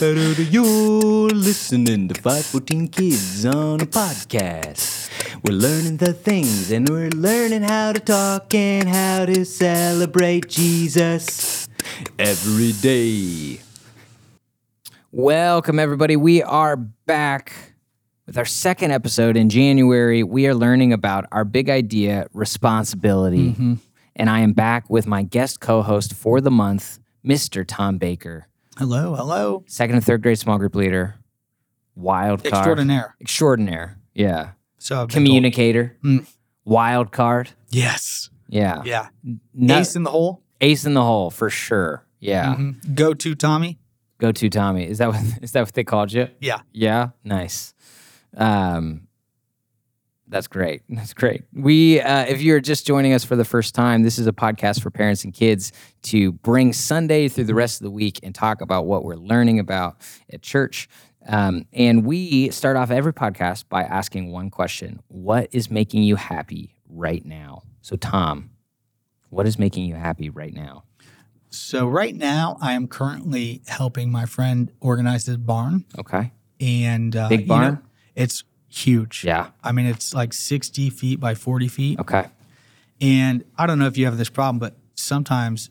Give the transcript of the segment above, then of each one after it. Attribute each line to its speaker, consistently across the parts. Speaker 1: You're listening to 514 Kids on a podcast. We're learning the things and we're learning how to talk and how to celebrate Jesus every day.
Speaker 2: Welcome, everybody. We are back with our second episode in January. We are learning about our big idea, responsibility.
Speaker 1: Mm-hmm.
Speaker 2: And I am back with my guest co host for the month, Mr. Tom Baker,
Speaker 3: Hello, hello.
Speaker 2: second and third grade small group leader, wild card.
Speaker 3: Extraordinaire.
Speaker 2: Extraordinaire. Yeah.
Speaker 3: So I've been told.
Speaker 2: Communicator,
Speaker 3: Mm.
Speaker 2: wild card.
Speaker 3: Yes.
Speaker 2: Yeah.
Speaker 3: Yeah.
Speaker 2: No-
Speaker 3: Ace in the hole.
Speaker 2: ace in the hole for sure. Yeah.
Speaker 3: Mhm. Go to Tommy.
Speaker 2: Go to Tommy. Is that what is that what they called you?
Speaker 3: Yeah.
Speaker 2: Yeah. Nice. Um that's great. That's great. We, uh, if you're just joining us for the first time, this is a podcast for parents and kids to bring Sunday through the rest of the week and talk about what we're learning about at church. Um, and we start off every podcast by asking one question What is making you happy right now? So, Tom, what is making you happy right now?
Speaker 3: So right now I am currently helping my friend organize his barn
Speaker 2: Okay.
Speaker 3: and uh,
Speaker 2: Big
Speaker 3: you
Speaker 2: barn?
Speaker 3: know, it's huge.
Speaker 2: Yeah.
Speaker 3: I mean, it's like 60 feet by 40 feet.
Speaker 2: Okay.
Speaker 3: And I don't know if you have this problem, but sometimes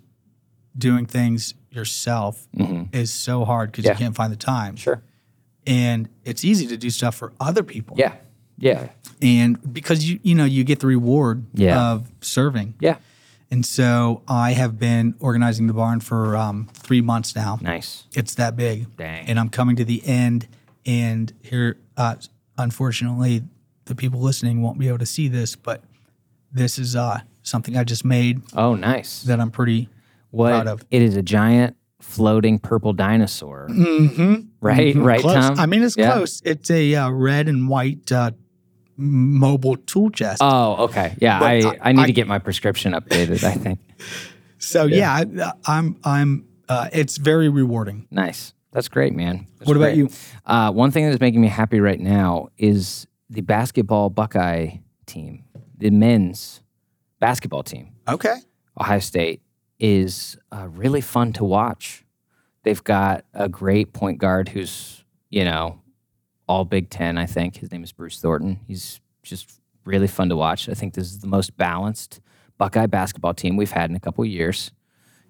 Speaker 3: doing things yourself is so hard because
Speaker 2: Mm-hmm. Yeah.
Speaker 3: you can't find the time.
Speaker 2: Sure.
Speaker 3: And it's easy to do stuff for other people.
Speaker 2: Yeah. Yeah.
Speaker 3: And because you you know, you get the reward
Speaker 2: Yeah.
Speaker 3: of serving.
Speaker 2: Yeah.
Speaker 3: And so I have been organizing the barn for um, three months now.
Speaker 2: Nice.
Speaker 3: It's that big.
Speaker 2: Dang.
Speaker 3: And I'm coming to the end. And here, uh, unfortunately, the people listening won't be able to see this, but this is uh, something I just made
Speaker 2: Oh, nice.
Speaker 3: that I'm pretty
Speaker 2: What
Speaker 3: proud of.
Speaker 2: it is a giant floating purple dinosaur. Mm-hmm. Right. Right.
Speaker 3: close.
Speaker 2: Tom.
Speaker 3: I mean, it's
Speaker 2: Yeah.
Speaker 3: close. It's a uh, red and white uh, mobile tool chest.
Speaker 2: Oh, okay. Yeah. I,
Speaker 3: But
Speaker 2: I, need to get my prescription updated. I think.
Speaker 3: so yeah, I, I'm I'm. Uh, it's very rewarding.
Speaker 2: Nice. That's great, man. That's
Speaker 3: What about
Speaker 2: great.
Speaker 3: you?
Speaker 2: Uh, one thing that's making me happy right now is the basketball Buckeye team, the men's basketball team.
Speaker 3: Okay.
Speaker 2: Ohio State is uh, really fun to watch. They've got a great point guard who's, you know, all Big Ten, I think. His name is Bruce Thornton. He's just really fun to watch. I think this is the most balanced Buckeye basketball team we've had in a couple years.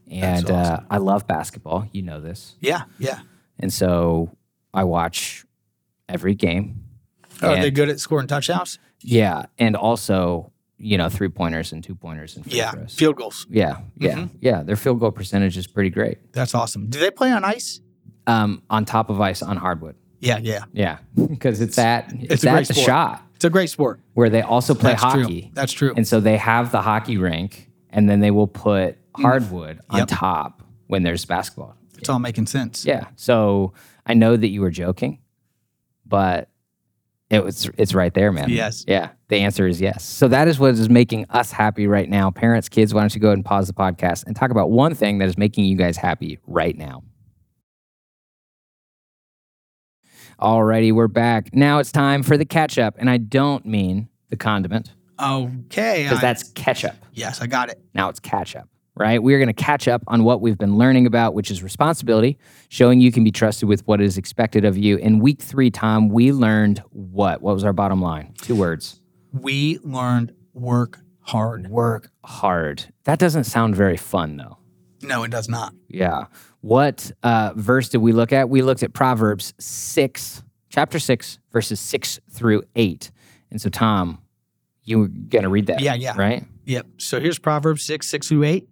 Speaker 2: And uh, I love basketball. You know this.
Speaker 3: Yeah. Yeah.
Speaker 2: And so I watch every game.
Speaker 3: Oh, Are
Speaker 2: And-
Speaker 3: they good at scoring touchdowns?
Speaker 2: Yeah. And also, you know, three pointers and two pointers and free
Speaker 3: Yeah.
Speaker 2: throws.
Speaker 3: Field goals.
Speaker 2: Yeah, yeah, yeah. Their field goal percentage is pretty great.
Speaker 3: That's awesome. Do they play on ice?
Speaker 2: Um, on top of ice on hardwood.
Speaker 3: Yeah, yeah.
Speaker 2: Yeah, because it's at it's,
Speaker 3: a
Speaker 2: at
Speaker 3: great
Speaker 2: the
Speaker 3: sport.
Speaker 2: shot
Speaker 3: It's a great sport.
Speaker 2: where they also play
Speaker 3: That's
Speaker 2: hockey.
Speaker 3: true. That's true.
Speaker 2: And so they have the hockey rink, and then they will put hardwood on
Speaker 3: Yep.
Speaker 2: top when there's basketball.
Speaker 3: It's all making sense.
Speaker 2: Yeah. So I know that you were joking, but it was it's right there, man.
Speaker 3: Yes.
Speaker 2: Yeah. The answer is yes. So that is what is making us happy right now. Parents, kids, why don't you go ahead and pause the podcast and talk about one thing that is making you guys happy right now. Alrighty, we're back. Now it's time for the catch up, and I don't mean the condiment
Speaker 3: Okay.
Speaker 2: because
Speaker 3: I-
Speaker 2: that's ketchup.
Speaker 3: yes, I got it.
Speaker 2: Now it's catch up, right? We are going to catch up on what we've been learning about, which is responsibility, showing you can be trusted with what is expected of you. In week three, Tom, we learned what? What was our bottom line? Two words
Speaker 3: We learned work hard.
Speaker 2: work hard. That doesn't sound very fun, though.
Speaker 3: No, it does not.
Speaker 2: Yeah. What uh, verse did we look at? We looked at Proverbs 6, chapter 6, verses 6 through 8. And so, Tom, you were going to read that.
Speaker 3: Yeah, yeah.
Speaker 2: Right?
Speaker 3: Yep. So here's Proverbs 6, 6 through 8.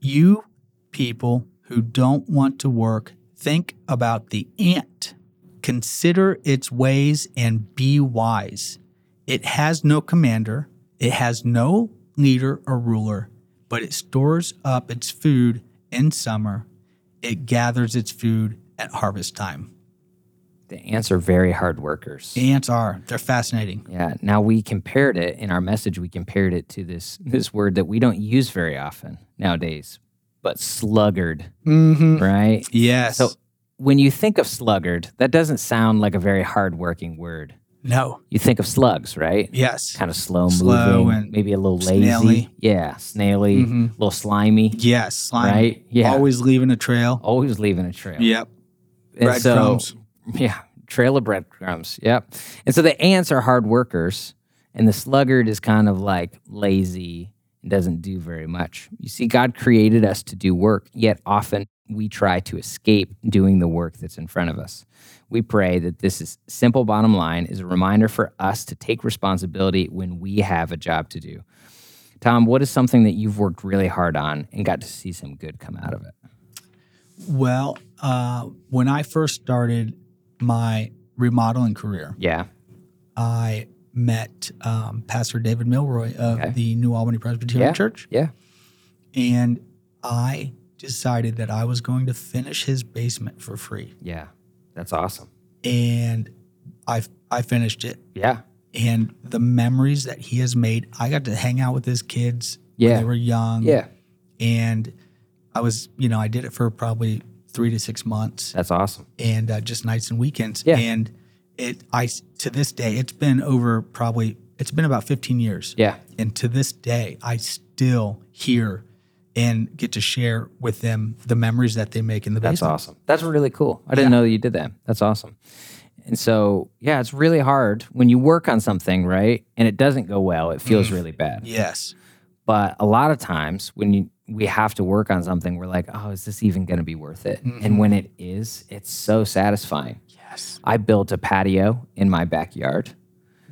Speaker 3: You people who don't want to work, think about the ant. Consider its ways and be wise. It has no commander, it has no leader or ruler, but it stores up its food in summer. It gathers its food at harvest time.
Speaker 2: The answer very hard workers.
Speaker 3: Ants are, they're fascinating.
Speaker 2: Yeah. Now we compared it in our message. We compared it to this this word that we don't use very often nowadays, but sluggard,
Speaker 3: Mm-hmm.
Speaker 2: right?
Speaker 3: Yes.
Speaker 2: So when you think of sluggard, that doesn't sound like a very hardworking word.
Speaker 3: No.
Speaker 2: You think of slugs, right?
Speaker 3: Yes.
Speaker 2: Kind of slow,
Speaker 3: Slow
Speaker 2: moving,
Speaker 3: and
Speaker 2: maybe a little lazy.
Speaker 3: snaily.
Speaker 2: Yeah, snaily, a
Speaker 3: Mhm.
Speaker 2: little slimy,
Speaker 3: Yes. Slimy.
Speaker 2: right? Yeah, always,
Speaker 3: Always leaving a trail.
Speaker 2: leaving a trail.
Speaker 3: Yep.
Speaker 2: And so-
Speaker 3: breadcrumbs.
Speaker 2: Yeah, trail of breadcrumbs. Yep. And so the ants are hard workers, and the sluggard is kind of like lazy and doesn't do very much. You see, God created us to do work, yet often we try to escape doing the work that's in front of us. We pray that this is simple bottom line is a reminder for us to take responsibility when we have a job to do. Tom, what is something that you've worked really hard on and got to see some good come out of it?
Speaker 3: Well, uh, when I first started my remodeling career,
Speaker 2: Yeah.
Speaker 3: I met um, Pastor David Milroy of
Speaker 2: Okay.
Speaker 3: the New Albany Presbyterian
Speaker 2: Yeah.
Speaker 3: Church,
Speaker 2: Yeah.
Speaker 3: and I decided that I was going to finish his basement for free,
Speaker 2: Yeah. That's awesome.
Speaker 3: and I I finished it.
Speaker 2: Yeah.
Speaker 3: And the memories that he has made, I got to hang out with his kids when
Speaker 2: Yeah.
Speaker 3: they were young,
Speaker 2: Yeah.
Speaker 3: and I was you know I did it for probably three to six months,
Speaker 2: That's awesome.
Speaker 3: and uh, just nights and weekends.
Speaker 2: Yeah.
Speaker 3: And it, I to this day, it's been over probably it's been about 15 years.
Speaker 2: Yeah.
Speaker 3: And to this day, I still hear and get to share with them the memories that they make in the
Speaker 2: That's
Speaker 3: basement.
Speaker 2: awesome. That's really cool. I didn't know that you did that. That's awesome. And so, yeah, it's really hard when you work on something, right? And it doesn't go well, it feels really bad.
Speaker 3: Yes.
Speaker 2: But a lot of times when you, we have to work on something, we're like, oh, is this even going to be worth it? And when it is, it's so satisfying.
Speaker 3: Yes.
Speaker 2: I built a patio in my backyard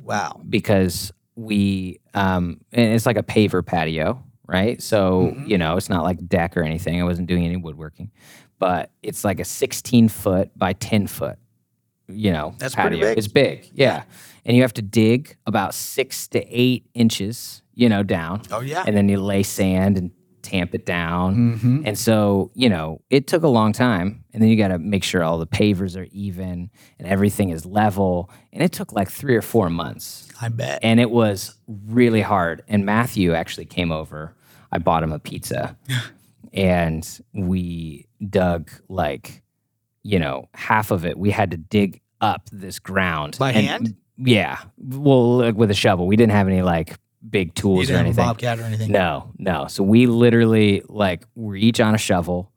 Speaker 3: Wow.
Speaker 2: because we um and it's like a paver patio right so
Speaker 3: Mm-hmm.
Speaker 2: you know it's not like deck or anything i wasn't doing any woodworking but it's like a 16 foot by 10 foot you know
Speaker 3: That's
Speaker 2: patio
Speaker 3: pretty big.
Speaker 2: it's big yeah and you have to dig about six to eight inches you know down
Speaker 3: Oh yeah. Mm-hmm.
Speaker 2: and then you lay sand and tamp it down and so, you know, it took a long time. And then you got to make sure all the pavers are even and everything is level. And it took like three or four months.
Speaker 3: I bet.
Speaker 2: And it was really hard. And Matthew actually came over. I bought him a pizza. and we dug like, you know, half of it. We had to dig up this ground
Speaker 3: By
Speaker 2: And-
Speaker 3: hand?
Speaker 2: Yeah. Well, like with a shovel. We didn't have any like big
Speaker 3: you
Speaker 2: tools
Speaker 3: didn't
Speaker 2: or
Speaker 3: have a
Speaker 2: anything.
Speaker 3: bobcat or anything.
Speaker 2: No, no. So we literally like were each on a shovel,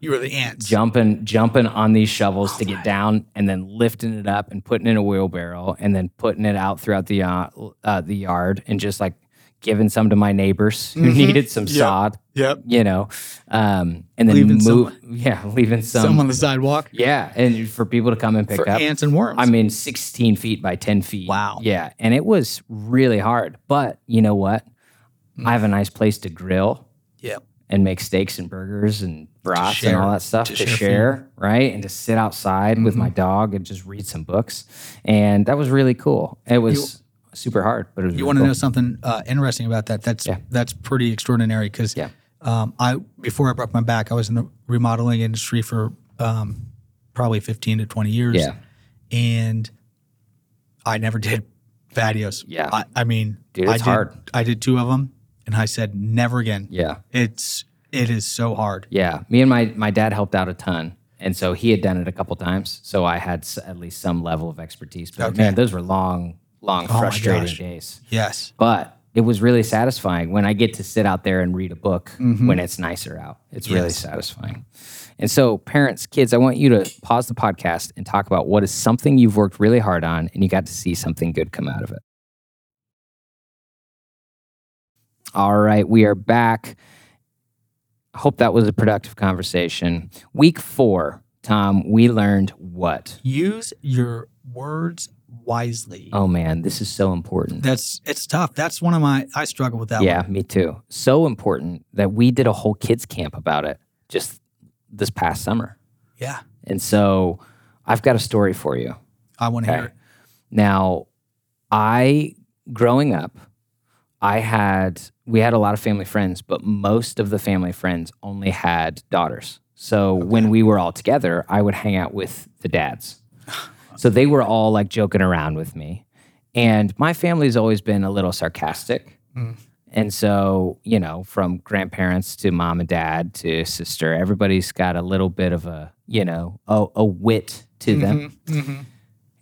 Speaker 3: You were the ants.
Speaker 2: jumping, jumping on these shovels to get down, and then lifting it up and putting it in a wheelbarrow, and then putting it out throughout the uh, uh, the yard, and just like giving some to my neighbors who needed some sod,
Speaker 3: Mm-hmm. Yep.
Speaker 2: you know, um, and then
Speaker 3: Leaving
Speaker 2: move, yeah, leaving some,
Speaker 3: Some on the sidewalk
Speaker 2: yeah, and for people to come and pick
Speaker 3: for
Speaker 2: up.
Speaker 3: ants and worms.
Speaker 2: I mean, 16 feet by 10 feet.
Speaker 3: Wow.
Speaker 2: Yeah. And it was really hard. But you know what?
Speaker 3: Mm.
Speaker 2: I have a nice place to grill
Speaker 3: yep.
Speaker 2: and make steaks and burgers and broths
Speaker 3: share-
Speaker 2: and all that stuff
Speaker 3: to
Speaker 2: to,
Speaker 3: share
Speaker 2: share,
Speaker 3: food.
Speaker 2: right? And to sit outside with
Speaker 3: Mm-hmm.
Speaker 2: my dog and just read some books. And that was really cool. It was super hard, but it was
Speaker 3: You
Speaker 2: really
Speaker 3: want to
Speaker 2: cool.
Speaker 3: know something uh, interesting about that? That's that's pretty extraordinary because
Speaker 2: Yeah.
Speaker 3: um, I before I broke my back, I was in the remodeling industry for um, probably fifteen to twenty years,
Speaker 2: Yeah.
Speaker 3: and I never did patios.
Speaker 2: Yeah.
Speaker 3: I, I mean,
Speaker 2: Dude,
Speaker 3: I
Speaker 2: it's
Speaker 3: did,
Speaker 2: hard.
Speaker 3: I did two of them, and I said never again.
Speaker 2: Yeah.
Speaker 3: It's it is so hard.
Speaker 2: Yeah, me and my my dad helped out a ton, and so he had done it a couple times, so I had s- at least some level of expertise. But man, those were long, long, frustrating
Speaker 3: Oh gosh.
Speaker 2: days.
Speaker 3: Yes,
Speaker 2: But it was really satisfying when I get to sit out there and read a book when it's nicer out. It's really satisfying. And so, parents, kids, I want you to pause the podcast and talk about what is something you've worked really hard on and you got to see something good come out of it. All right, we are back. I hope that was a productive conversation. Week four, Tom, we learned what?
Speaker 3: use your words wisely.
Speaker 2: Oh man, this is so important.
Speaker 3: That's it's tough. That's one of my I struggle with that.
Speaker 2: Yeah, me too. So important that we did a whole kids camp about it just this past summer.
Speaker 3: one. yeah.
Speaker 2: And so I've got a story for you.
Speaker 3: I want to hear it.
Speaker 2: Now, I growing up, I had we had a lot of family friends, but most of the family friends only had daughters. So when we were all together, I would hang out with the dads. so they were all like joking around with me. And my family's always been a little sarcastic. And so, you know, from grandparents to mom and dad to sister,
Speaker 3: Mm-hmm.
Speaker 2: everybody's got a little bit of a, you know, a, a wit to them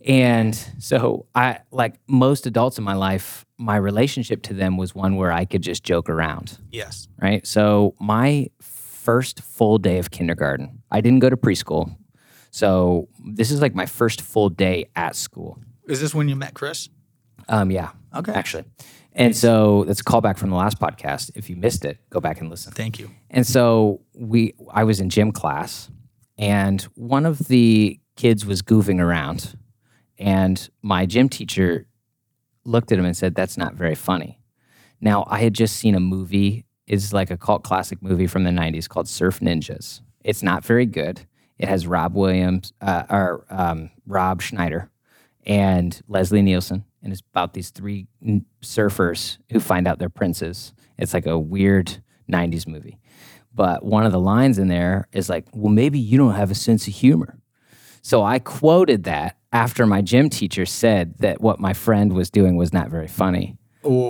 Speaker 2: And so I like most adults in my life, my relationship to them was one where I could just joke around,
Speaker 3: Yes.
Speaker 2: right? So my first full day of kindergarten, I didn't go to preschool. So this is like my first full day at school.
Speaker 3: Is this when you met Chris?
Speaker 2: Um, yeah.
Speaker 3: Okay.
Speaker 2: Actually. And so that's a callback from the last podcast. If you missed it, go back and listen.
Speaker 3: Thank you.
Speaker 2: And so we I was in gym class and one of the kids was goofing around and my gym teacher looked at him and said that's not very funny. Now I had just seen a movie it's like a cult classic movie from the 90s called Surf Ninjas. It's not very good. It has Rob Williams uh, or um, Rob Schneider and Leslie Nielsen and it's about these three n- surfers who find out they're princes. It's like a weird 90s movie. But one of the lines in there is like, well, maybe you don't have a sense of humor. So I quoted that after my gym teacher said that what my friend was doing was not very funny.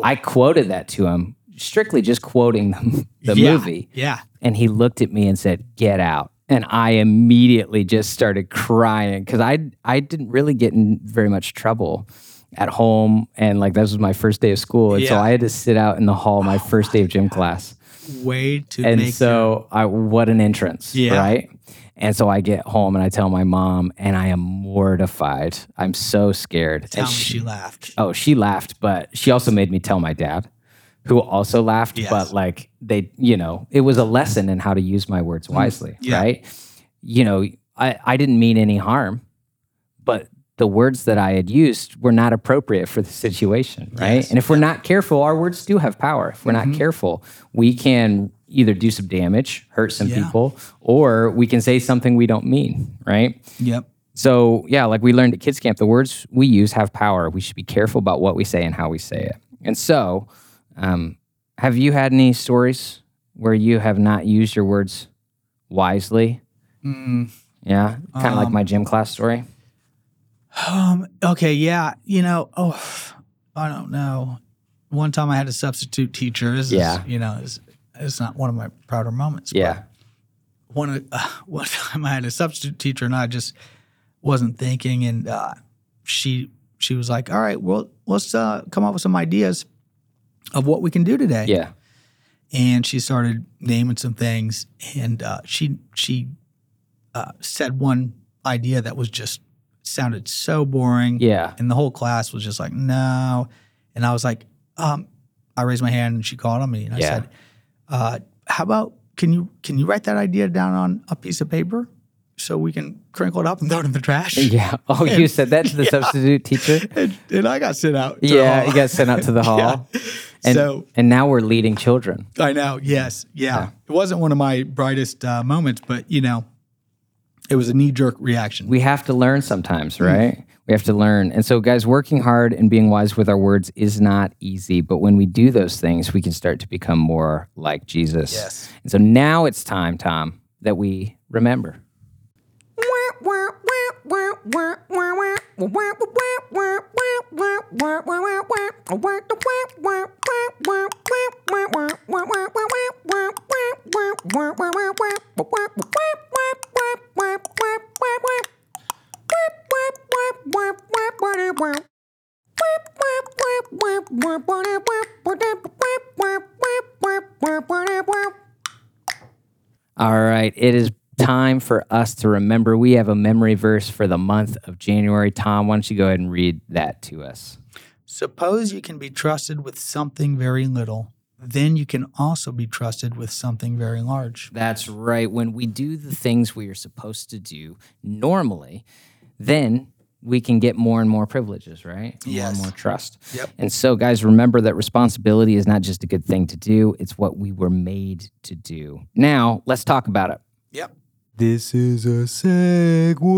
Speaker 2: I quoted that to him, strictly just quoting the, the
Speaker 3: Yeah.
Speaker 2: movie.
Speaker 3: Yeah.
Speaker 2: And he looked at me and said, "Get out." And I immediately just started crying because I I didn't really get in very much trouble at home, and like that was my first day of school, and so
Speaker 3: Yeah.
Speaker 2: I had to sit out in the hall my first day of gym class.
Speaker 3: Way to
Speaker 2: And
Speaker 3: make
Speaker 2: so I what an entrance,
Speaker 3: Yeah.
Speaker 2: right? And so I get home and I tell my mom, and I am mortified. I'm so scared.
Speaker 3: tell
Speaker 2: And
Speaker 3: me
Speaker 2: she-
Speaker 3: she laughed.
Speaker 2: Oh, she laughed, but she also made me tell my dad, who also laughed,
Speaker 3: Yes.
Speaker 2: but like they, you know, it was a lesson in how to use my words wisely,
Speaker 3: Mm, yeah.
Speaker 2: right? You know, I, I didn't mean any harm, but the words that I had used were not appropriate for the situation, right?
Speaker 3: Yes. Mm-hmm.
Speaker 2: And if we're not careful, our words do have power. If we're not careful, we can either do some damage, hurt some
Speaker 3: Yeah.
Speaker 2: people, or we can say something we don't mean, right?
Speaker 3: Yep.
Speaker 2: So yeah, like we learned at kids camp, the words we use have power. We should be careful about what we say and how we say it. And so, um, have you had any stories where you have not used your words wisely?
Speaker 3: Mm.
Speaker 2: Yeah, kind of like my gym class story.
Speaker 3: Um. Okay. Yeah. You know. Oh, I don't know. One time I had a substitute teacher. This
Speaker 2: Yeah.
Speaker 3: Is, you know, it's, it's not one of my prouder moments. but
Speaker 2: Yeah,
Speaker 3: One uh, one time I had a substitute teacher, and I just wasn't thinking, and uh, she she was like, "All right, well, let's uh, come up with some ideas of what we can do today."
Speaker 2: yeah,
Speaker 3: and she started naming some things and uh, she she uh, said one idea that was just sounded so boring
Speaker 2: yeah,
Speaker 3: and the whole class was just like no and i was like um, i raised my hand and she called on me and i
Speaker 2: Yeah.
Speaker 3: said uh, how about can you can you write that idea down on a piece of paper so we can crinkle it up and throw it in the trash
Speaker 2: yeah. Oh, you said that to the substitute teacher.
Speaker 3: and, and i got sent out to the
Speaker 2: Yeah,
Speaker 3: hall.
Speaker 2: you got sent out to the hall. And,
Speaker 3: So-
Speaker 2: and now we're leading children.
Speaker 3: I know. Yes. Yeah. It wasn't one of my brightest uh, moments, but you know, it was a knee jerk reaction.
Speaker 2: we have to learn sometimes, right? We have to learn. And so, guys, working hard and being wise with our words is not easy. But when we do those things, we can start to become more like Jesus.
Speaker 3: Yes.
Speaker 2: And so now it's time, Tom, that we remember. All right. It is time for us to remember. We have a memory verse for the month of January. Tom, why don't you go ahead and read that to us?
Speaker 3: Suppose you can be trusted with something very little, then you can also be trusted with something very large.
Speaker 2: That's right. When we do the things we are supposed to do normally, then we can get more and more privileges, right? More and
Speaker 3: Yes.
Speaker 2: more trust.
Speaker 3: Yep.
Speaker 2: And so, guys, remember that responsibility is not just a good thing to do, it's what we were made to do. Now, let's talk about it.
Speaker 3: Yep.
Speaker 1: This is a segue.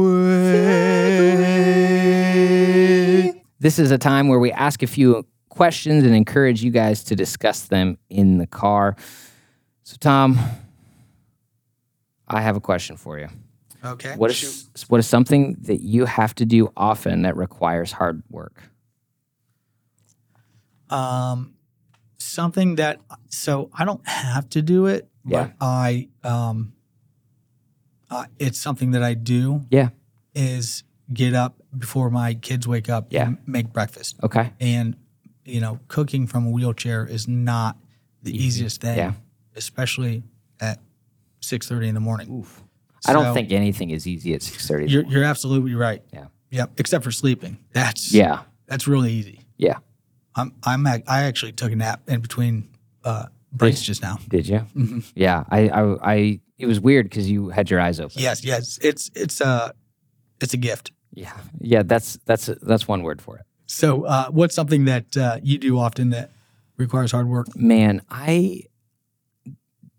Speaker 2: This is a time where we ask a few questions and encourage you guys to discuss them in the car. So, Tom, I have a question for you.
Speaker 3: Okay.
Speaker 2: What is what is something that you have to do often that requires hard work?
Speaker 3: um, something that so I don't have to do it,
Speaker 2: Yeah.
Speaker 3: but I um, uh, it's something that I do
Speaker 2: Yeah.
Speaker 3: is get up before my kids wake up
Speaker 2: Yeah.
Speaker 3: and make breakfast.
Speaker 2: Okay.
Speaker 3: And, you know, cooking from a wheelchair is not the easiest thing,
Speaker 2: Yeah.
Speaker 3: especially at 6.30 in the morning.
Speaker 2: I don't
Speaker 3: So-
Speaker 2: think anything is easy at 6:30.
Speaker 3: You're, you're absolutely right.
Speaker 2: Yeah.
Speaker 3: Yep. Except for sleeping. That's,
Speaker 2: yeah.
Speaker 3: that's really easy.
Speaker 2: Yeah.
Speaker 3: I'm, I'm, ac- I actually took a nap in between uh, breaks just now.
Speaker 2: Did you? Yeah. I, I I it was weird cuz you had your eyes open.
Speaker 3: Yes, yes. It's, it's, uh, it's a gift.
Speaker 2: Yeah. Yeah, that's that's that's one word for it.
Speaker 3: So, uh, what's something that uh, you do often that requires hard work?
Speaker 2: Man, I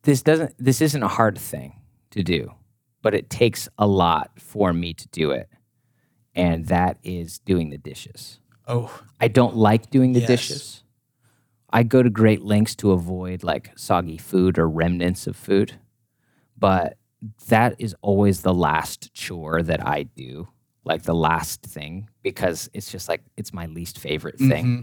Speaker 2: this doesn't this isn't a hard thing to do, but it takes a lot for me to do it. And that is doing the dishes.
Speaker 3: Oh,
Speaker 2: I don't like doing the
Speaker 3: Yes.
Speaker 2: dishes. I go to great lengths to avoid like soggy food or remnants of food, but that is always the last chore that I do, like the last thing, because it's just like it's my least favorite thing.
Speaker 3: Mm-hmm.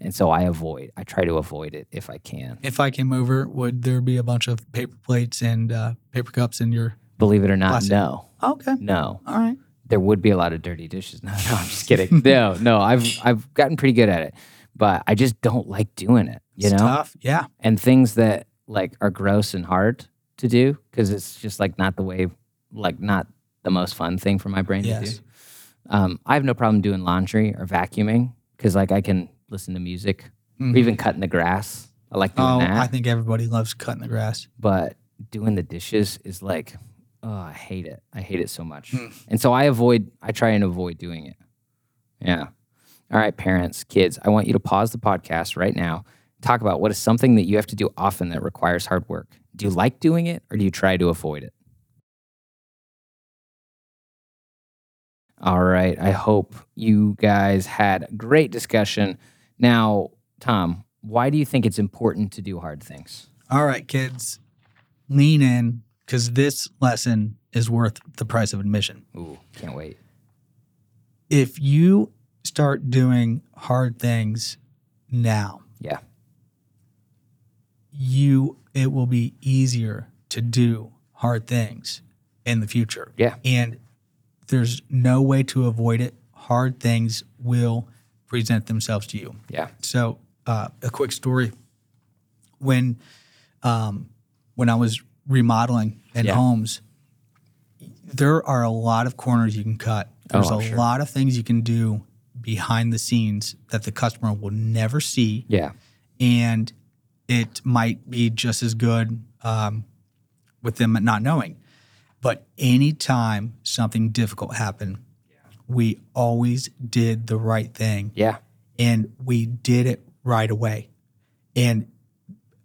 Speaker 2: And so I avoid, I try to avoid it if I can.
Speaker 3: if I came over, would there be a bunch of paper plates and uh, paper cups in your?
Speaker 2: Believe it or not,
Speaker 3: Classic.
Speaker 2: no,
Speaker 3: Okay,
Speaker 2: no.
Speaker 3: all right.
Speaker 2: there would be a lot of dirty dishes. No, no, I'm just kidding. no, no, I've I've gotten pretty good at it, but I just don't like doing it. You
Speaker 3: it's
Speaker 2: know,
Speaker 3: tough. Yeah,
Speaker 2: and things that like are gross and hard to do because it's just like not the way, like not the most fun thing for my brain to
Speaker 3: Yes.
Speaker 2: do. Um, I have no problem doing laundry or vacuuming because like I can listen to music
Speaker 3: Mhm.
Speaker 2: or even cutting the grass. I like doing
Speaker 3: Oh,
Speaker 2: that
Speaker 3: I think everybody loves cutting the grass.
Speaker 2: but doing the dishes is like, oh, I hate it. I hate it so much. And so I avoid, I try and avoid doing it. Yeah. All right, parents, kids, I want you to pause the podcast right now. Talk about what is something that you have to do often that requires hard work. Do you like doing it or do you try to avoid it? All right. I hope you guys had a great discussion. Now, Tom, why do you think it's important to do hard things?
Speaker 3: All right, kids, lean in because this lesson is worth the price of admission.
Speaker 2: Ooh, can't wait.
Speaker 3: If you start doing hard things now,
Speaker 2: Yeah.
Speaker 3: you it will be easier to do hard things in the future.
Speaker 2: Yeah.
Speaker 3: And there's no way to avoid it. Hard things will present themselves to you.
Speaker 2: Yeah.
Speaker 3: So, uh, a quick story. When, um, when I was remodeling at
Speaker 2: Yeah.
Speaker 3: homes, there are a lot of corners you can cut. There's
Speaker 2: Oh, I'm
Speaker 3: a
Speaker 2: sure.
Speaker 3: lot of things you can do behind the scenes that the customer will never see
Speaker 2: Yeah.
Speaker 3: and it might be just as good um, with them not knowing. But anytime something difficult happened, we always did the right thing
Speaker 2: Yeah.
Speaker 3: and we did it right away. And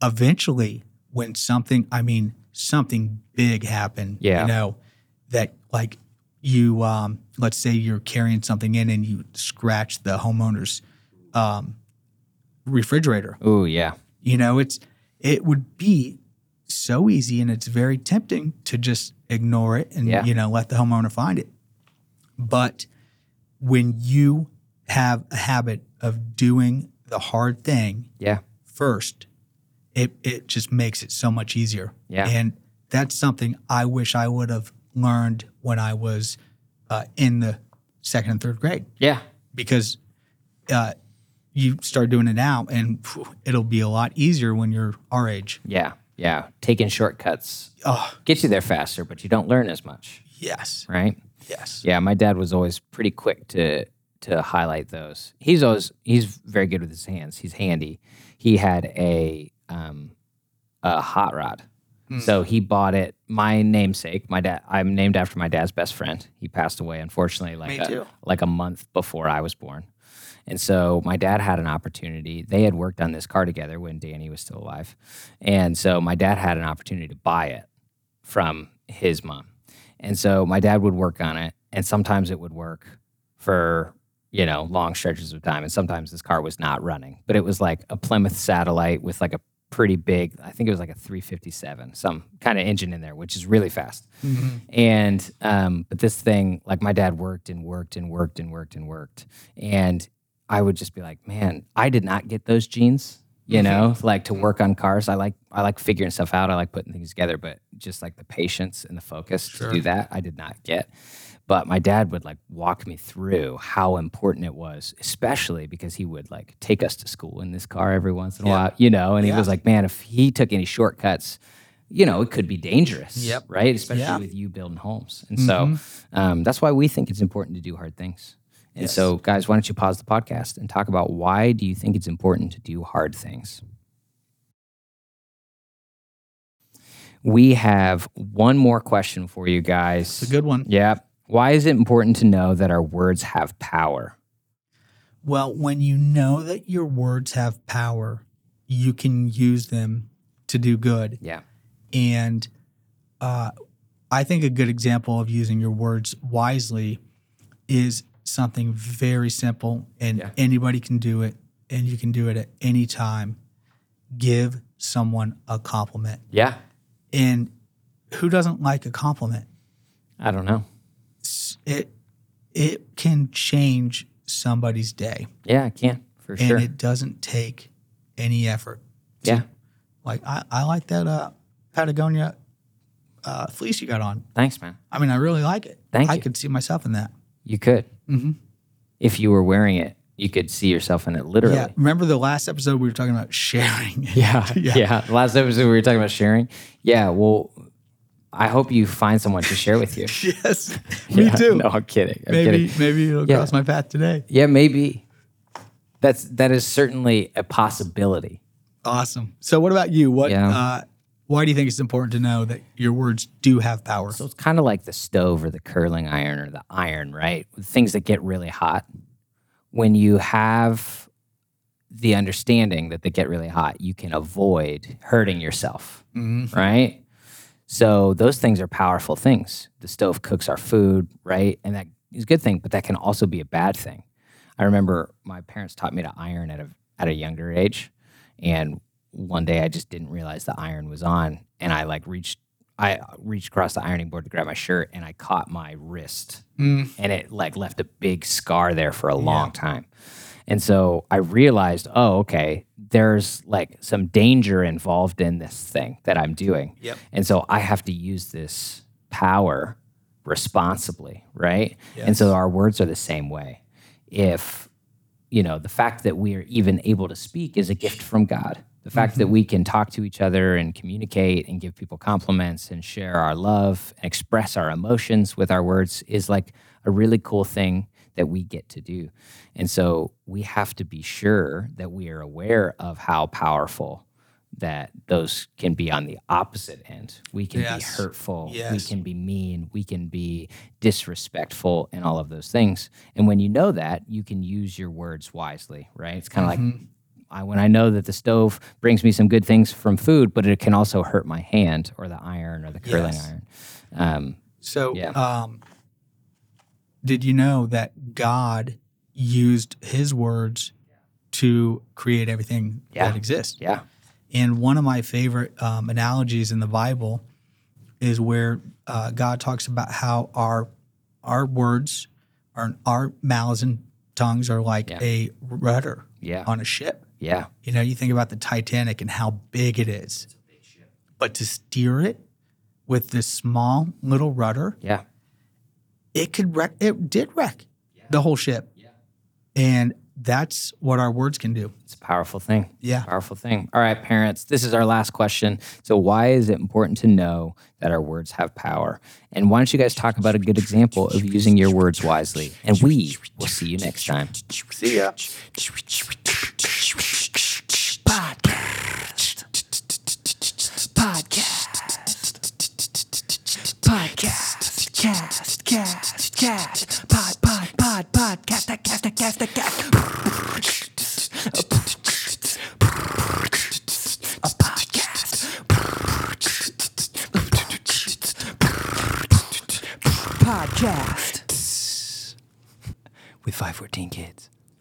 Speaker 3: eventually, when something, I mean, something big happened,
Speaker 2: Yeah.
Speaker 3: you know, that like you, um, let's say you're carrying something in and you scratch the homeowner's um, refrigerator.
Speaker 2: Ooh, yeah.
Speaker 3: You know, it's it would be so easy and it's very tempting to just ignore it and
Speaker 2: Yeah.
Speaker 3: you know let the homeowner find it. But when you have a habit of doing the hard thing
Speaker 2: Yeah.
Speaker 3: first, it it just makes it so much easier.
Speaker 2: Yeah.
Speaker 3: And that's something I wish I would have learned when I was uh, in the second and third grade
Speaker 2: Yeah.
Speaker 3: because uh, you start doing it now and phew, it'll be a lot easier when you're our age.
Speaker 2: Yeah. Yeah. Taking shortcuts
Speaker 3: Oh,
Speaker 2: gets you there faster, but you don't learn as much,
Speaker 3: yes.
Speaker 2: right?
Speaker 3: Yes.
Speaker 2: Yeah. My dad was always pretty quick to to highlight those. He's always he's very good with his hands. He's handy. He had a um a hot rod.
Speaker 3: Hmm.
Speaker 2: So he bought it. My namesake, my dad. I'm named after my dad's best friend. He passed away, unfortunately, like
Speaker 3: Me
Speaker 2: a,
Speaker 3: too.
Speaker 2: like a month before I was born. And so my dad had an opportunity. They had worked on this car together when Danny was still alive, and so my dad had an opportunity to buy it from his mom. And so my dad would work on it, and sometimes it would work for you know long stretches of time, and sometimes this car was not running. But it was like a Plymouth Satellite with like a pretty big, I think it was like a 357, some kind of engine in there, which is really fast. And um, but this thing, like my dad worked and worked and worked and worked and worked, and I would just be like, man, I did not get those genes. You
Speaker 3: Mm-hmm.
Speaker 2: know, like to work on cars. I like I like figuring stuff out. I like putting things together, but just like the patience and the focus to do that, I did not get. But my dad would like walk me through how important it was, especially because he would like take us to school in this car every once in a while, you know. And he
Speaker 3: Yeah.
Speaker 2: was like, man, if he took any shortcuts, you know, it could be dangerous.
Speaker 3: Yep.
Speaker 2: Right. Especially
Speaker 3: Yeah. Mm-hmm.
Speaker 2: with you building homes. And so um, that's why we think it's important to do hard things. And so, guys, why don't you pause the podcast and talk about why do you think it's important to do hard things? We have one more question for you guys.
Speaker 3: It's a good one.
Speaker 2: Yeah. Why is it important to know that our words have power?
Speaker 3: Well, when you know that your words have power, you can use them to do good.
Speaker 2: Yeah.
Speaker 3: And uh, I think a good example of using your words wisely is something very simple and
Speaker 2: Yeah.
Speaker 3: anybody can do it and you can do it at any time. Give someone a compliment.
Speaker 2: Yeah.
Speaker 3: And who doesn't like a compliment?
Speaker 2: I don't know.
Speaker 3: S- It it can change somebody's day
Speaker 2: Yeah, I can for
Speaker 3: and
Speaker 2: sure.
Speaker 3: it doesn't take any effort.
Speaker 2: yeah.
Speaker 3: Like I, I like that uh, Patagonia uh, fleece you got on.
Speaker 2: Thanks, man.
Speaker 3: I mean, I really like it.
Speaker 2: Thank
Speaker 3: I
Speaker 2: you. Mm-hmm.
Speaker 3: could see myself in that.
Speaker 2: You could. If you were wearing it, you could see yourself in it literally.
Speaker 3: Yeah. Remember the last episode we were talking about sharing?
Speaker 2: Yeah, yeah.
Speaker 3: Yeah.
Speaker 2: The Last episode we were talking about sharing. Yeah. Well, I hope you find someone to share with you.
Speaker 3: yes. Me
Speaker 2: Yeah,
Speaker 3: too.
Speaker 2: No, I'm kidding. I'm
Speaker 3: maybe
Speaker 2: kidding.
Speaker 3: maybe it'll
Speaker 2: Yeah.
Speaker 3: cross my path today.
Speaker 2: Yeah, maybe. That's that is certainly a possibility.
Speaker 3: Awesome. So what about you? What
Speaker 2: Yeah.
Speaker 3: uh, why do you think it's important to know that your words do have power?
Speaker 2: So it's kind of like the stove or the curling iron or the iron, right? Things that get really hot. When you have the understanding that they get really hot, you can avoid hurting yourself,
Speaker 3: Mm-hmm.
Speaker 2: right? So those things are powerful things. The stove cooks our food, right? And that is a good thing, but that can also be a bad thing. I remember my parents taught me to iron at a at a younger age, and one day I just didn't realize the iron was on, and I like reached I reached across the ironing board to grab my shirt, and I caught my wrist,
Speaker 3: Mm.
Speaker 2: and it like left a big scar there for a long time. And so I realized, oh, okay, there's like some danger involved in this thing that I'm doing.
Speaker 3: Yep.
Speaker 2: And so I have to use this power responsibly, right? And so our words are the same way. If, you know, the fact that we are even able to speak is a gift from God. The fact that we can talk to each other and communicate and give people compliments and share our love and express our emotions with our words is like a really cool thing that we get to do. And so we have to be sure that we are aware of how powerful that those can be on the opposite end. We can
Speaker 3: Yes.
Speaker 2: be hurtful. We
Speaker 3: Yes.
Speaker 2: can be mean. We can be disrespectful and all of those things. And when you know that, you can use your words wisely, right? It's kind of like
Speaker 3: Mm-hmm.
Speaker 2: I, when I know that the stove brings me some good things from food, but it can also hurt my hand or the iron or the curling
Speaker 3: Yes.
Speaker 2: iron. Um,
Speaker 3: So,
Speaker 2: Yeah.
Speaker 3: um, did you know that God used his words to create everything
Speaker 2: Yeah.
Speaker 3: that exists?
Speaker 2: yeah.
Speaker 3: And one of my favorite um, analogies in the Bible is where uh, God talks about how our our words, our, our mouths and tongues are like
Speaker 2: Yeah.
Speaker 3: a rudder
Speaker 2: Yeah.
Speaker 3: on a ship.
Speaker 2: Yeah.
Speaker 3: You know, you think about the Titanic and how big it is, but to steer it with this small little rudder,
Speaker 2: Yeah.
Speaker 3: it could wreck. It did wreck the whole ship. And that's what our words can do.
Speaker 2: It's a powerful thing.
Speaker 3: Yeah.
Speaker 2: Powerful thing. All right, parents, this is our last question. So, why is it important to know that our words have power? And why don't you guys talk about a good example of using your words wisely? And we will see you next time.
Speaker 3: See ya.
Speaker 2: With 514 kids.